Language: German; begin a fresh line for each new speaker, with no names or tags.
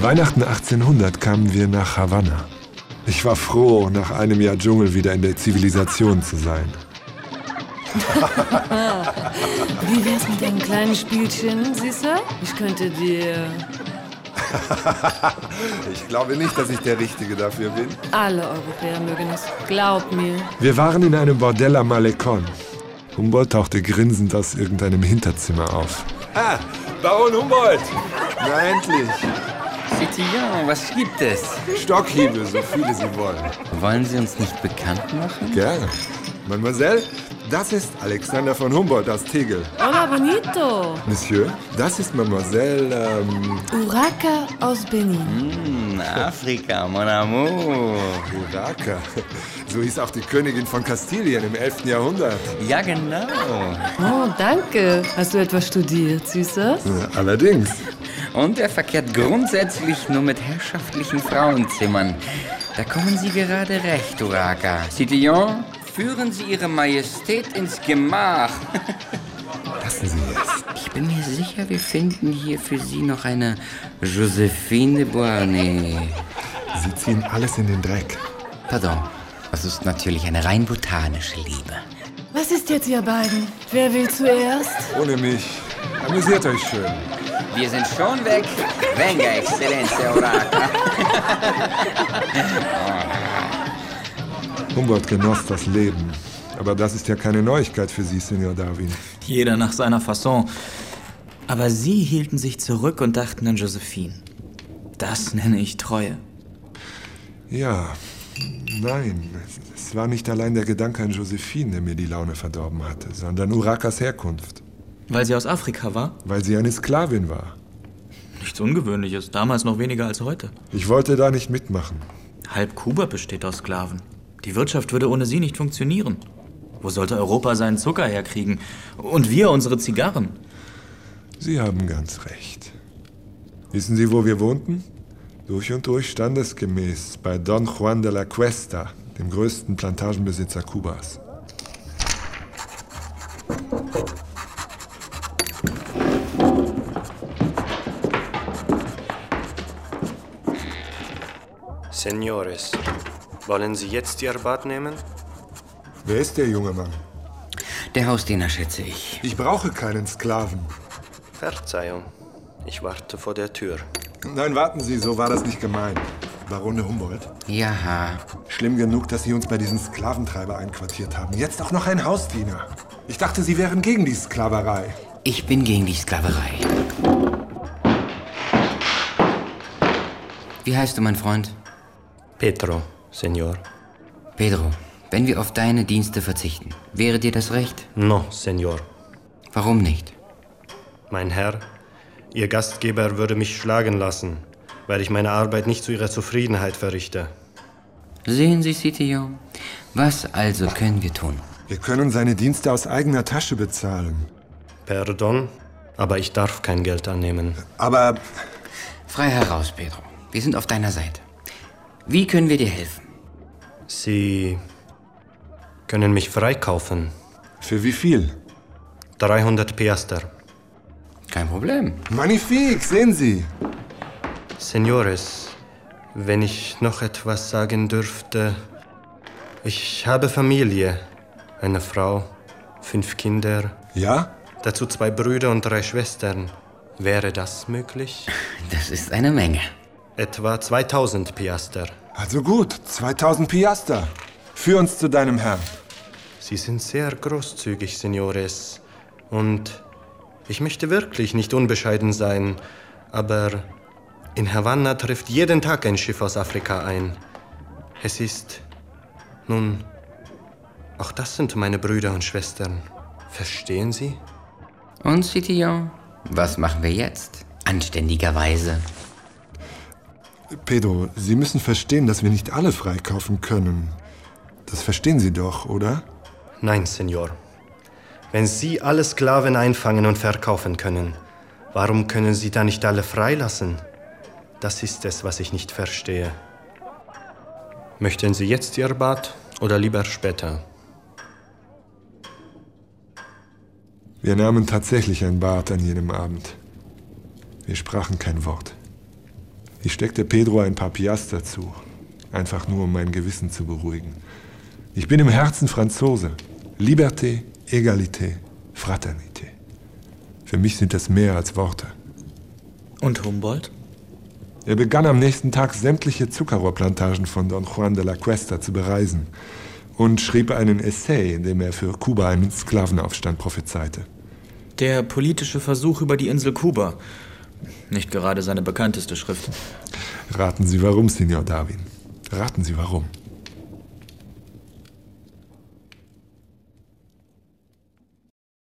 Weihnachten 1800 kamen wir nach Havanna. Ich war froh, nach einem Jahr Dschungel wieder in der Zivilisation zu sein.
Wie wär's mit einem kleinen Spielchen, Süßer? Ich könnte dir
Ich glaube nicht, dass ich der Richtige dafür bin.
alle Europäer mögen es. Glaub mir.
Wir waren in einem Bordell am Malekon. Humboldt tauchte grinsend aus irgendeinem Hinterzimmer auf.
Ah, Baron Humboldt! Na endlich!
Citillon, was gibt es?
Stockhiebe, so viele Sie wollen.
Wollen Sie uns nicht bekannt machen?
Gerne. Mademoiselle, das ist Alexander von Humboldt aus Tegel.
Hola, bonito.
Monsieur, das ist Mademoiselle, ähm,
Uraka aus Benin.
Hm, Afrika, mon amour.
Uraka. So hieß auch die Königin von Kastilien im 11. Jahrhundert.
Ja, genau.
Oh, danke. Hast du etwas studiert, Süßer?
Äh,
Ja, Allerdings.
Und er verkehrt grundsätzlich nur mit herrschaftlichen Frauenzimmern. Da kommen Sie gerade recht, Uraka. Citillon, führen Sie Ihre Majestät ins Gemach.
Lassen Sie es.
Ich bin mir sicher, wir finden hier für Sie noch eine Josephine de Beauharnais.
Sie ziehen alles in den Dreck.
Pardon, das ist natürlich eine rein botanische Liebe.
Was ist jetzt, ihr beiden? Wer will zuerst?
Ohne mich. Amüsiert euch schön.
Wir sind schon weg. Venga, Exzellenza Uraka.
Humboldt genoss das Leben. Aber das ist ja keine Neuigkeit für Sie, Senor Darwin.
Jeder nach seiner Fasson. Aber sie hielten sich zurück und dachten an Josephine. Das nenne ich Treue.
Ja, nein, es- es war nicht allein der Gedanke an Josephine, der mir die Laune verdorben hatte, sondern Urakas Herkunft,
Weil sie aus Afrika war?
weil sie eine Sklavin war.
Nichts Ungewöhnliches, damals noch weniger als heute.
Ich wollte da nicht mitmachen.
Halb Kuba besteht aus Sklaven. Die Wirtschaft würde ohne sie nicht funktionieren. Wo sollte Europa seinen Zucker herkriegen? Und wir unsere Zigarren?
Sie haben ganz recht. Wissen Sie, wo wir wohnten? Durch und durch standesgemäß bei Don Juan de la Cuesta, dem größten Plantagenbesitzer Kubas.
Senores, wollen Sie jetzt Ihr Bad nehmen?
Wer ist der junge Mann?
Der Hausdiener schätze ich.
Ich brauche keinen Sklaven.
Verzeihung, ich warte vor der Tür.
Nein, warten Sie, so war das nicht gemeint.
Barone Humboldt?
Ja,
Schlimm genug, dass Sie uns bei diesem Sklaventreiber einquartiert haben. Jetzt auch noch ein Hausdiener. Ich dachte, Sie wären gegen die Sklaverei.
ich bin gegen die Sklaverei. Wie heißt du, mein Freund?
Petro, Senor.
Pedro, wenn wir auf deine Dienste verzichten, wäre dir das recht?
No, Senor.
Warum nicht?
Mein Herr, Ihr Gastgeber würde mich schlagen lassen, weil ich meine Arbeit nicht zu Ihrer Zufriedenheit verrichte.
Sehen Sie, Citillon, was also können wir tun?
Wir können seine Dienste aus eigener Tasche bezahlen.
Pardon, aber ich darf kein Geld annehmen.
Aber
Frei heraus, Pedro. Wir sind auf deiner Seite. Wie können wir dir helfen?
Sie können mich freikaufen.
für wie viel?
300 Piaster.
Kein Problem.
Magnifik, sehen Sie.
Senores, wenn ich noch etwas sagen dürfte. Ich habe Familie. Eine Frau, fünf Kinder,
Ja?
dazu zwei Brüder und drei Schwestern. Wäre das möglich?
Das ist eine Menge.
Etwa 2000 Piaster.
Also gut, 2000 Piaster. Führ uns zu deinem Herrn.
Sie sind sehr großzügig, Senores. Und ich möchte wirklich nicht unbescheiden sein, aber in Havanna trifft jeden Tag ein Schiff aus Afrika ein. Es ist. Nun, auch das sind meine Brüder und Schwestern. Verstehen Sie?
Und Citillon, was machen wir jetzt? Anständigerweise.
Pedro, Sie müssen verstehen, dass wir nicht alle freikaufen können. Das verstehen Sie doch, oder?
Nein, Senor. Wenn Sie alle Sklaven einfangen und verkaufen können, warum können Sie da nicht alle freilassen? Das ist es, was ich nicht verstehe. Möchten Sie jetzt Ihr Bad oder lieber später?
Wir nahmen tatsächlich ein Bad an jenem Abend. Wir sprachen kein Wort. Ich steckte Pedro ein paar Piaster zu, einfach nur um mein Gewissen zu beruhigen. Ich bin im Herzen Franzose. Liberté, Egalité, Fraternité. Für mich sind das mehr als Worte.
Und Humboldt?
Er begann am nächsten Tag sämtliche Zuckerrohrplantagen von Don Juan de la Cuesta zu bereisen und schrieb einen Essay, in dem er für Kuba einen Sklavenaufstand prophezeite.
Der politische Versuch über die Insel Kuba. Nicht gerade seine bekannteste Schrift.
Raten Sie warum, Signor Darwin. Raten Sie warum.